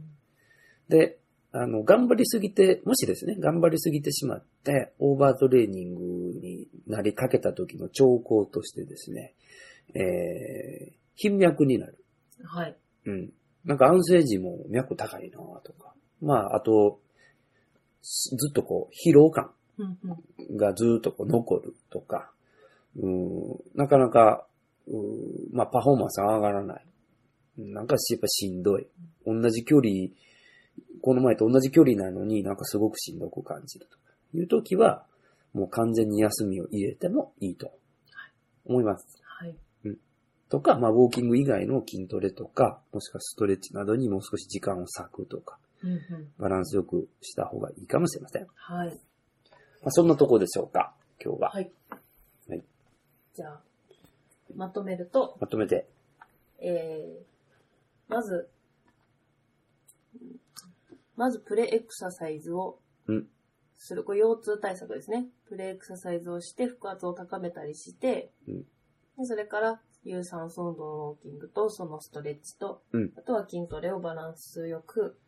Speaker 2: で、あの、頑張りすぎて、もしですね、頑張りすぎてしまって、オーバートレーニングになりかけた時の兆候としてですね、えー、頻脈になる。
Speaker 1: うんはい。
Speaker 2: うん。なんか安静時も脈高いなとか。まあ、あと、すずっとこう、疲労感
Speaker 1: うんうん
Speaker 2: がずっとこう残るとか、うん、なかなか、うんまあ、パフォーマンスが上がらない。なんかしやっぱしんどい。同じ距離、この前と同じ距離なのになんかすごくしんどく感じるという時は、もう完全に休みを入れてもいいと思います。
Speaker 1: はい。
Speaker 2: とか、まあ、ウォーキング以外の筋トレとか、もしくはストレッチなどにもう少し時間を割くとか、
Speaker 1: うんうん
Speaker 2: バランスよくした方がいいかもしれません。ま
Speaker 1: はい。
Speaker 2: あ、そんなとこでしょうか、今日は。
Speaker 1: はい。
Speaker 2: はい
Speaker 1: じゃあ、まとめると、
Speaker 2: まとめて。
Speaker 1: えー、まず、まずプレエクササイズを
Speaker 2: うん
Speaker 1: する。これ腰痛対策ですね。プレエクササイズをして、腹圧を高めたりして、
Speaker 2: うん
Speaker 1: でそれから、有酸素運動のウォーキングと、そのストレッチと、
Speaker 2: うん
Speaker 1: あとは筋トレをバランスよく、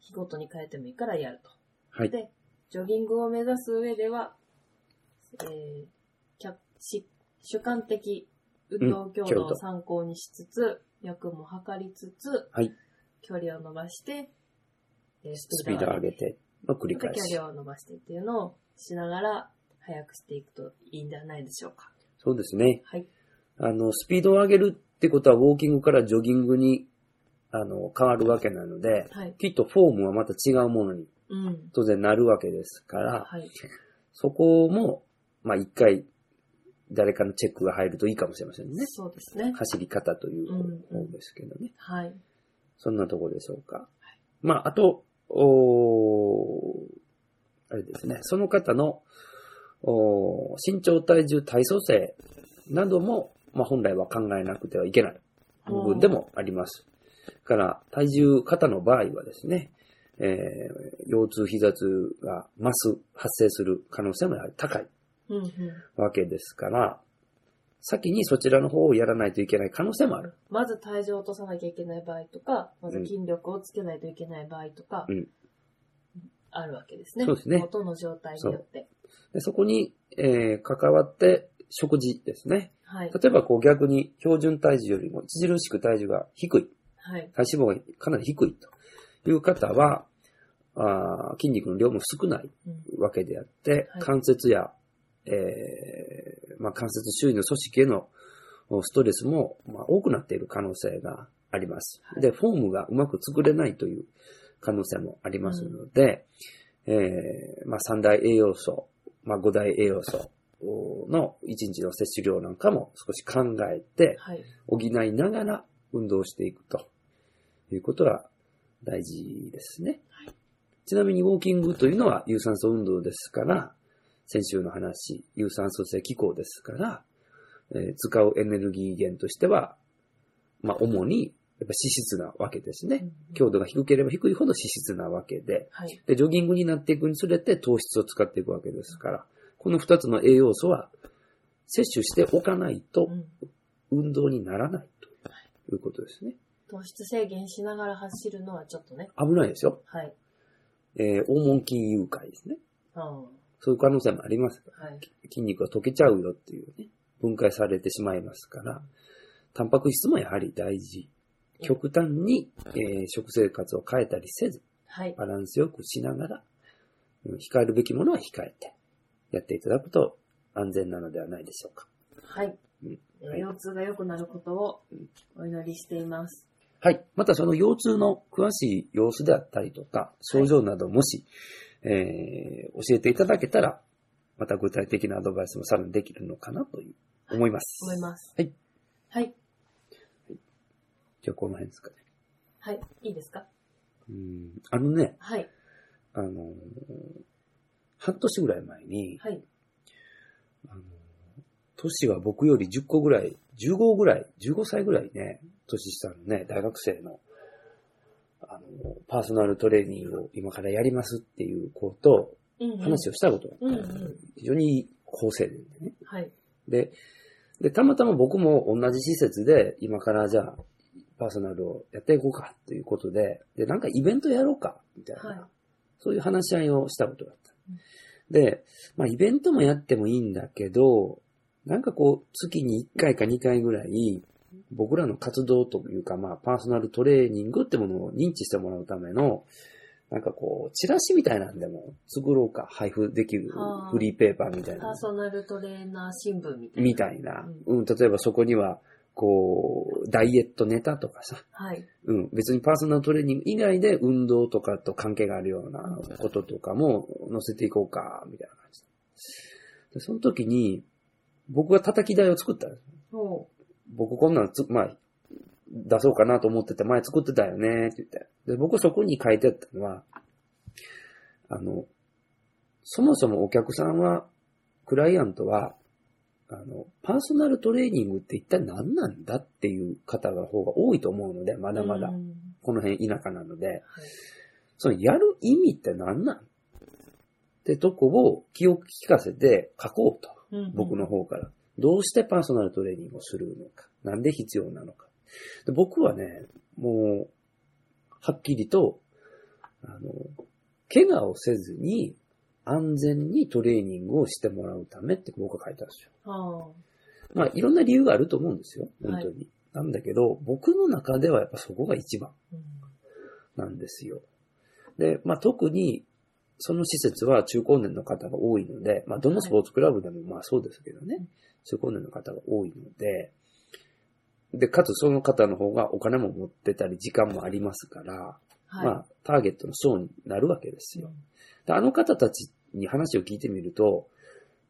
Speaker 1: 日ごとに変えてもいいからやると。
Speaker 2: はい。
Speaker 1: で、ジョギングを目指す上では、えー客し主観的運動強度を参考にしつつ、脈も測りつつ、
Speaker 2: はい
Speaker 1: 距離を伸ばして、えー
Speaker 2: スピードを上げ
Speaker 1: て、
Speaker 2: ての繰り
Speaker 1: そし
Speaker 2: 返
Speaker 1: て距
Speaker 2: し。
Speaker 1: 離を伸ばしてっていうのをしながら、早くしていくといいんではないでしょうか。
Speaker 2: そうですね。
Speaker 1: はい。
Speaker 2: あの、スピードを上げるってことは、ウォーキングからジョギングに、あの、変わるわけなので、
Speaker 1: はい。
Speaker 2: きっとフォームはまた違うものに
Speaker 1: うん。
Speaker 2: 当然なるわけですから、
Speaker 1: はい。
Speaker 2: そこも、まあ一回、誰かのチェックが入るといいかもしれませんね。
Speaker 1: そうですね。
Speaker 2: 走り方という
Speaker 1: うんう
Speaker 2: 方
Speaker 1: ん
Speaker 2: ですけどね。
Speaker 1: はい。
Speaker 2: そんなところでしょうか。まあ、あと、おーあれですね、その方の、おー身長、体重、体組成なども、まあ、本来は考えなくてはいけない部分でもあります。から、体重、肩の場合はですね、えー腰痛、膝痛が増す、発生する可能性もやはり高い
Speaker 1: うんうん。
Speaker 2: わけですから、先にそちらの方をやらないといけない可能性もある。
Speaker 1: まず体重を落とさなきゃいけない場合とか、まず筋力をつけないといけない場合とか、
Speaker 2: うん
Speaker 1: あるわけですね。
Speaker 2: そうですね
Speaker 1: 元の状態によって。
Speaker 2: でそこに、えー関わって食事ですね。
Speaker 1: はい。
Speaker 2: 例えばこう逆に標準体重よりも著しく体重が低い、
Speaker 1: はい。
Speaker 2: 体脂肪がかなり低いという方は、あー筋肉の量も少ない
Speaker 1: うん
Speaker 2: わけであって、
Speaker 1: はい
Speaker 2: 関節や、えーまあ、関節周囲の組織へのおストレスも、まあ、多くなっている可能性があります。
Speaker 1: はい
Speaker 2: で、フォームがうまく作れないという可能性もありますので、えーまあ、三大栄養素、まあ、五大栄養素の一日の摂取量なんかも少し考えて
Speaker 1: はい。
Speaker 2: 補いながら運動していくということは大事ですね。ちなみにウォーキングというのは有酸素運動ですから、先週の話、有酸素性気候ですから、えー使うエネルギー源としては、まあ主にやっぱ脂質なわけですね。強度が低ければ低いほど脂質なわけで、
Speaker 1: はい。
Speaker 2: で、ジョギングになっていくにつれて糖質を使っていくわけですから、この二つの栄養素は摂取しておかないと
Speaker 1: うん
Speaker 2: 運動にならないということですね。
Speaker 1: 糖質制限しながら走るのはちょっとね。
Speaker 2: 危ないですよ。
Speaker 1: はい。
Speaker 2: えー、黄門筋誘拐ですね。
Speaker 1: ああは
Speaker 2: そういう可能性もあります。
Speaker 1: い。
Speaker 2: 筋肉が溶けちゃうよっていうね、分解されてしまいますから、タンパク質もやはり大事。極端に、えー食生活を変えたりせず、
Speaker 1: はい。
Speaker 2: バランスよくしながらうん控えるべきものは控えて、やっていただくと安全なのではないでしょうか。
Speaker 1: はい。
Speaker 2: うん
Speaker 1: えー
Speaker 2: はい
Speaker 1: 腰痛が良くなることをお祈りしています。
Speaker 2: はい。またその腰痛の詳しい様子であったりとか、症状などもし、えー教えていただけたら、また具体的なアドバイスもさらにできるのかなという、思います。
Speaker 1: 思います。
Speaker 2: はい。
Speaker 1: はい。
Speaker 2: じゃあこの辺ですかね。
Speaker 1: はい。いいですか
Speaker 2: うん。あのね、
Speaker 1: はい。
Speaker 2: あのー半年ぐらい前に、
Speaker 1: はい。
Speaker 2: あのー年は僕より10個ぐらい、15ぐらい、15歳ぐらいね、年下のね、大学生の、あのーパーソナルトレーニングを今からやりますっていう子と、
Speaker 1: うん、うん。
Speaker 2: 話をしたことがあった
Speaker 1: うんうん
Speaker 2: 非常に好青年でね。
Speaker 1: はい。
Speaker 2: で、で、たまたま僕も同じ施設で、今からじゃあ、パーソナルをやっていこうかということで、で、なんかイベントやろうか、みたいな、
Speaker 1: は
Speaker 2: そういう話し合いをしたことがあった。で、まあ、イベントもやってもいいんだけど、なんかこう、月に1回か2回ぐらい、僕らの活動というか、まあ、パーソナルトレーニングってものを認知してもらうための、なんかこう、チラシみたいなんでも作ろうか、配布できる
Speaker 1: はあ
Speaker 2: フリーペーパーみたい
Speaker 1: い。パ
Speaker 2: な
Speaker 1: ー。ソナルトレーナー新聞みたいな。
Speaker 2: みたいな。うん、例えばそこには、こう、ダイエットネタとかさ、
Speaker 1: はい。
Speaker 2: うん、別にパーソナルトレーニング以外で運動とかと関係があるようなこととかも載せていこうか、みたいな感じで。その時に、僕が叩き台を作ったの。
Speaker 1: そ
Speaker 2: 僕こんなのつ、まあ、出そうかなと思ってて、前作ってたよね、って言って。で、僕そこに書いてあったのは、あの、そもそもお客さんは、クライアントは、あの、パーソナルトレーニングって一体何なんだっていう方の方が多いと思うので、ま
Speaker 1: う。
Speaker 2: だまだ。
Speaker 1: うん
Speaker 2: この辺田舎なので、
Speaker 1: はい
Speaker 2: そのやる意味って何なんってとこを気を利かせて書こうと。
Speaker 1: うんうん
Speaker 2: 僕の。方から。どうしてパーソナルトレーニングをするのか。なんで必要なのか。で僕はね、もう、はっきりと、あの、怪我をせずに安全にトレーニングをしてもらうためって僕は書いたんですよ。
Speaker 1: はあ。
Speaker 2: まあ、いろんな理由があると思うんですよ。本
Speaker 1: はい
Speaker 2: 当に。なんだけど、僕の中ではやっぱそこが一番。
Speaker 1: うん
Speaker 2: なんですよ。で、まあ、特に、その施設は中高年の方が多いので、まあ、どのスポーツクラブでもまあそうですけどね、中高年の方が多いので、で、かつその方の方がお金も持ってたり、時間もありますから、
Speaker 1: はい。
Speaker 2: まあ、ターゲットの層になるわけですよ。であの方たちに話を聞いてみると、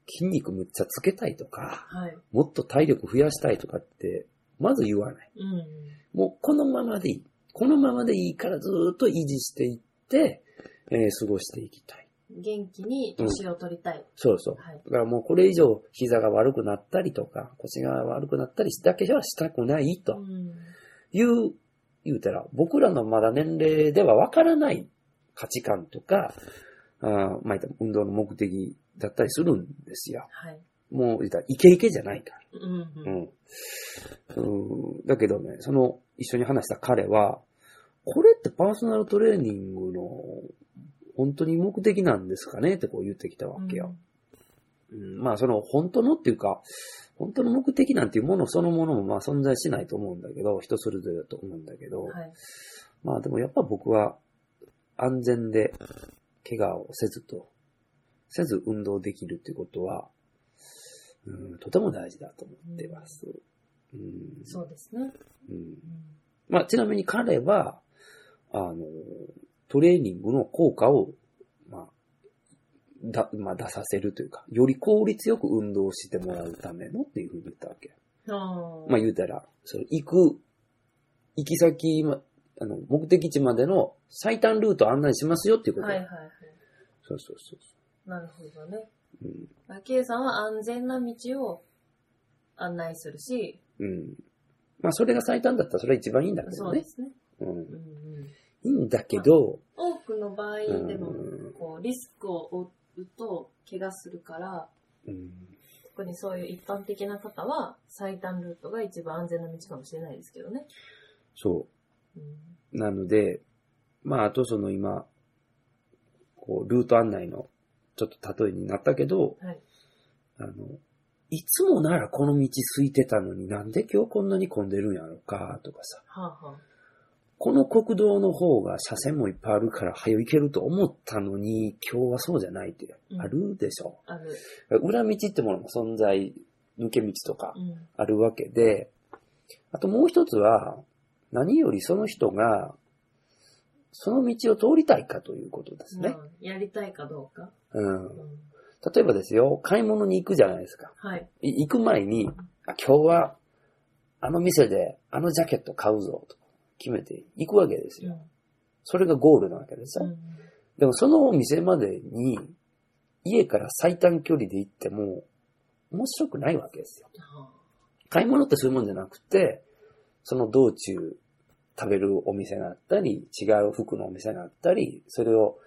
Speaker 2: 筋肉むっちゃつけたいとか、
Speaker 1: はい。
Speaker 2: もっと体力増やしたいとかって、まず言わない。
Speaker 1: うん。
Speaker 2: もうこのままでいい。このままでいいからずーっと維持していって、えー過ごしていきたい。
Speaker 1: 元気に年を取りたい。
Speaker 2: そうそう。
Speaker 1: はい。
Speaker 2: だからもうこれ以上膝が悪くなったりとか、腰が悪くなったりだけはしたくないと
Speaker 1: うん。
Speaker 2: いう、言うたら、僕らのまだ年齢ではわからない価値観とか、あーまあ、言ったら運動の目的だったりするんですよ。
Speaker 1: はい。
Speaker 2: もう言ったらイケイケじゃないから。
Speaker 1: うんうん。
Speaker 2: うん。うんだけどね、その一緒に話した彼は、これってパーソナルトレーニングの本当に目的なんですかねってこう言ってきたわけよ。うんまあその本当のっていうか、本当の目的なんていうものそのものもまあ存在しないと思うんだけど、人それぞれだと思うんだけど、
Speaker 1: はい。
Speaker 2: まあでもやっぱ僕は安全で怪我をせずと、せず運動できるっていうことは、うん、とても大事だと思ってます。うん。
Speaker 1: そうですね。
Speaker 2: うん
Speaker 1: う。ん
Speaker 2: まあちなみに彼は、あの、トレーニングの効果を、まあ、だ、まあ出させるというか、より効率よく運動してもらうためのっていうふうに言ったわけ。
Speaker 1: ああ。
Speaker 2: まあ言うたら、その行く、行き先、ま、あの、目的地までの最短ルートを案内しますよっていうこと。
Speaker 1: はいはいはい。
Speaker 2: そうそうそう
Speaker 1: なるほどね。
Speaker 2: そう。
Speaker 1: まあ K さんは安全な道を案内するし、
Speaker 2: うん。うん。まあそれが最短だったらそれは一番いいんだけ
Speaker 1: そ
Speaker 2: ど
Speaker 1: うで
Speaker 2: ね。
Speaker 1: すね。
Speaker 2: うん
Speaker 1: うん。うん、
Speaker 2: いいんだけど、
Speaker 1: 多くの場合
Speaker 2: うん
Speaker 1: でも、こう、リスクを負うと怪我するから、
Speaker 2: うん。
Speaker 1: 特にそういう一般的な方は、最短ルートが一番安全な道かもしれないですけどね。
Speaker 2: そう。
Speaker 1: うん
Speaker 2: なので、まあ、あとその今、こう、ルート案内の、ちょっと例えになったけど、
Speaker 1: はい。
Speaker 2: あの、いつもならこの道空いてたのになんで今日こんなに混んでるんやろか、とかさ、
Speaker 1: はあはあ。
Speaker 2: この国道の方が車線もいっぱいあるから早行けると思ったのに、今日はそうじゃないっていう
Speaker 1: う、ん
Speaker 2: あるでしょ。
Speaker 1: ある。
Speaker 2: 裏道ってものも存在、抜け道とか
Speaker 1: うん。
Speaker 2: あるわけで、あともう一つは、何よりその人が、その道を通りたいかということですね。
Speaker 1: うんやりたいかどうか。
Speaker 2: うん
Speaker 1: う。ん。
Speaker 2: 例えばですよ、買い物に行くじゃないですか。
Speaker 1: はい。
Speaker 2: い行く前に、あ今日は、あの店で、あのジャケット買うぞ、と決めて行くわけです
Speaker 1: う
Speaker 2: よ。
Speaker 1: ん
Speaker 2: それがゴールなわけですよ。
Speaker 1: うん
Speaker 2: でもそのお店までに、家から最短距離で行っても、面白くないわけですよ。
Speaker 1: は
Speaker 2: 買い物ってそういうもんじゃなくて、その道中食べるお店があったり、違う服のお店があったり、それを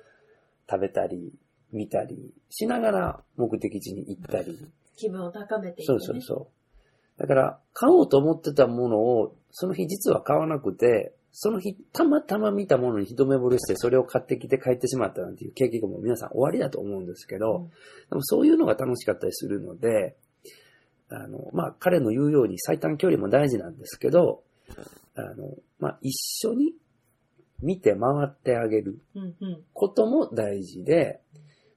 Speaker 2: 食べたり、見たりしながら目的地に行ったり。
Speaker 1: あ気分を高めていく、
Speaker 2: そ
Speaker 1: ね。
Speaker 2: うそうそう。だから、買おうと思ってたものを、その日実は買わなくて、その日、たまたま見たものに一目惚れして、それを買ってきて帰ってしまったなんていう経験がもう皆さん終わりだと思うんですけど、
Speaker 1: うん
Speaker 2: でもそういうのが楽しかったりするので、あの、まあ、彼の言うように最短距離も大事なんですけど、あの、まあ、一緒に見て回ってあげる
Speaker 1: うんうん。
Speaker 2: ことも大事で、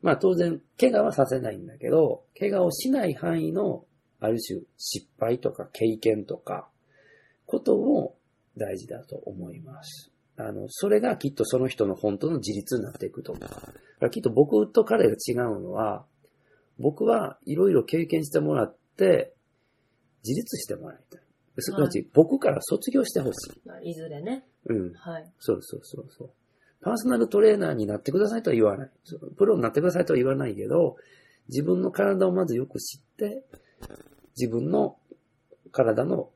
Speaker 2: まあ当然、怪我はさせないんだけど、怪我をしない範囲の、ある種、失敗とか経験とか、ことも大事だと思います。あの、それがきっとその人の本当の自立になっていくと思う。だからきっと僕と彼が違うのは、僕はいろいろ経験してもらって、自立してもらいたい。すなわち、僕から卒業してほしい。
Speaker 1: まあいずれね。
Speaker 2: うん。
Speaker 1: はい。
Speaker 2: そうそうそうそう。パーソナルトレーナーになってくださいとは言わない。そうプロになってくださいとは言わないけど、自分の体をまずよく知って、自分の体の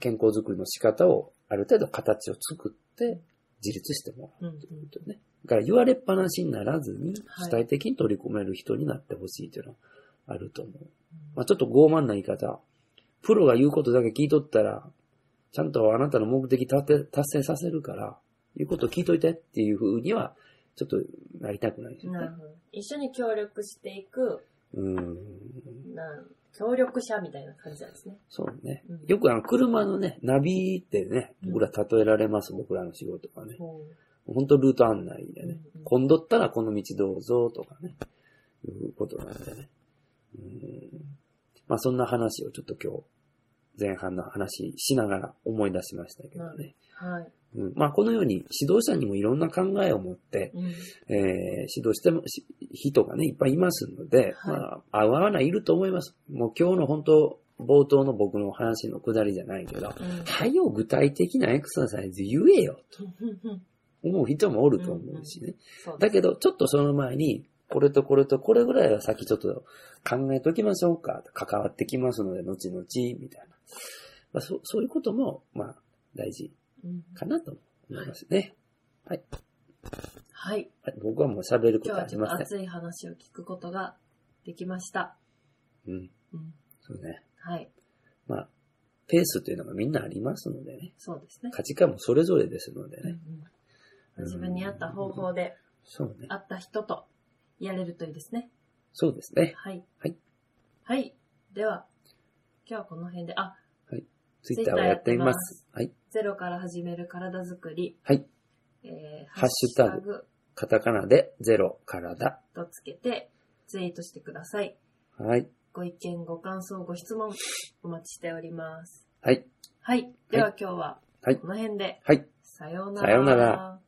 Speaker 2: 健康づくりの仕方をある程度形を作って自立してもらう
Speaker 1: うんうん。
Speaker 2: というね。だから言われっぱなしにならずに、
Speaker 1: はい
Speaker 2: 主体的に取り込める人になってほしいというのはあると思う。まあ、ちょっと傲慢な言い方。プロが言うことだけ聞いとったら、ちゃんとあなたの目的達成達成させるから、言うこと聞いといてっていうふうには、ちょっとなりたくないです
Speaker 1: な
Speaker 2: ね
Speaker 1: る。ほど。一緒に協力していく、
Speaker 2: うん。
Speaker 1: なん協力者みたいな感じなんですね。
Speaker 2: そうね
Speaker 1: うん。
Speaker 2: よくあの、車のね、ナビってね、僕ら例えられます、僕らの仕事はね。
Speaker 1: ほう
Speaker 2: 本当ルート案内でね
Speaker 1: うんう。ん
Speaker 2: 混んどったらこの道どうぞとかね。いうことなんでね。うんまあそんな話をちょっと今日、前半の話しながら思い出しましたけどね。
Speaker 1: はい。
Speaker 2: うんまあこのように指導者にもいろんな考えを持って、
Speaker 1: うん。
Speaker 2: えー指導してもし人がね、いっぱいいますので、
Speaker 1: はい
Speaker 2: まあ合わないいると思います。もう今日の本当、冒頭の僕の話のくだりじゃないけど、はよ具体的なエクササイズ言えよ
Speaker 1: うん。
Speaker 2: 思う人もおると思うしね。
Speaker 1: そう
Speaker 2: だけど、ちょっとその前に、これとこれとこれぐらいは先ちょっと考えときましょうか。関わってきますので、後々、みたいな。まあ、そそういうことも、まあ、大事
Speaker 1: うん
Speaker 2: かなと思いますね。はい。
Speaker 1: はい。
Speaker 2: はい僕はもう喋るこ
Speaker 1: 今日は
Speaker 2: とはあ
Speaker 1: ち
Speaker 2: り
Speaker 1: ょっ
Speaker 2: ま
Speaker 1: と
Speaker 2: せん。
Speaker 1: 熱い話を聞くことができました。
Speaker 2: うん。
Speaker 1: うん。
Speaker 2: そうね。
Speaker 1: はい。
Speaker 2: まあ、ペースというのがみんなありますのでね。
Speaker 1: そうですね。
Speaker 2: 価値観もそれぞれですので
Speaker 1: うんう
Speaker 2: ね。
Speaker 1: ん自分に合った方法で、
Speaker 2: そうね。
Speaker 1: 合った人とやれるといいですね。
Speaker 2: そうですね。
Speaker 1: はい。
Speaker 2: はい。
Speaker 1: はい。では、今日はこの辺で、あ、
Speaker 2: ツイッターをやっています。はい。
Speaker 1: ゼロから始める体づくり、
Speaker 2: はい。
Speaker 1: えー、
Speaker 2: ハッシュタグカタカナでゼロからだ。
Speaker 1: とつけて、ツイートしてください。
Speaker 2: はい。
Speaker 1: ご意見、ご感想、ご質問、お待ちしております。
Speaker 2: はい。
Speaker 1: はい。では今日は、
Speaker 2: はい
Speaker 1: この辺で、
Speaker 2: はい。
Speaker 1: さようなら。
Speaker 2: さようなら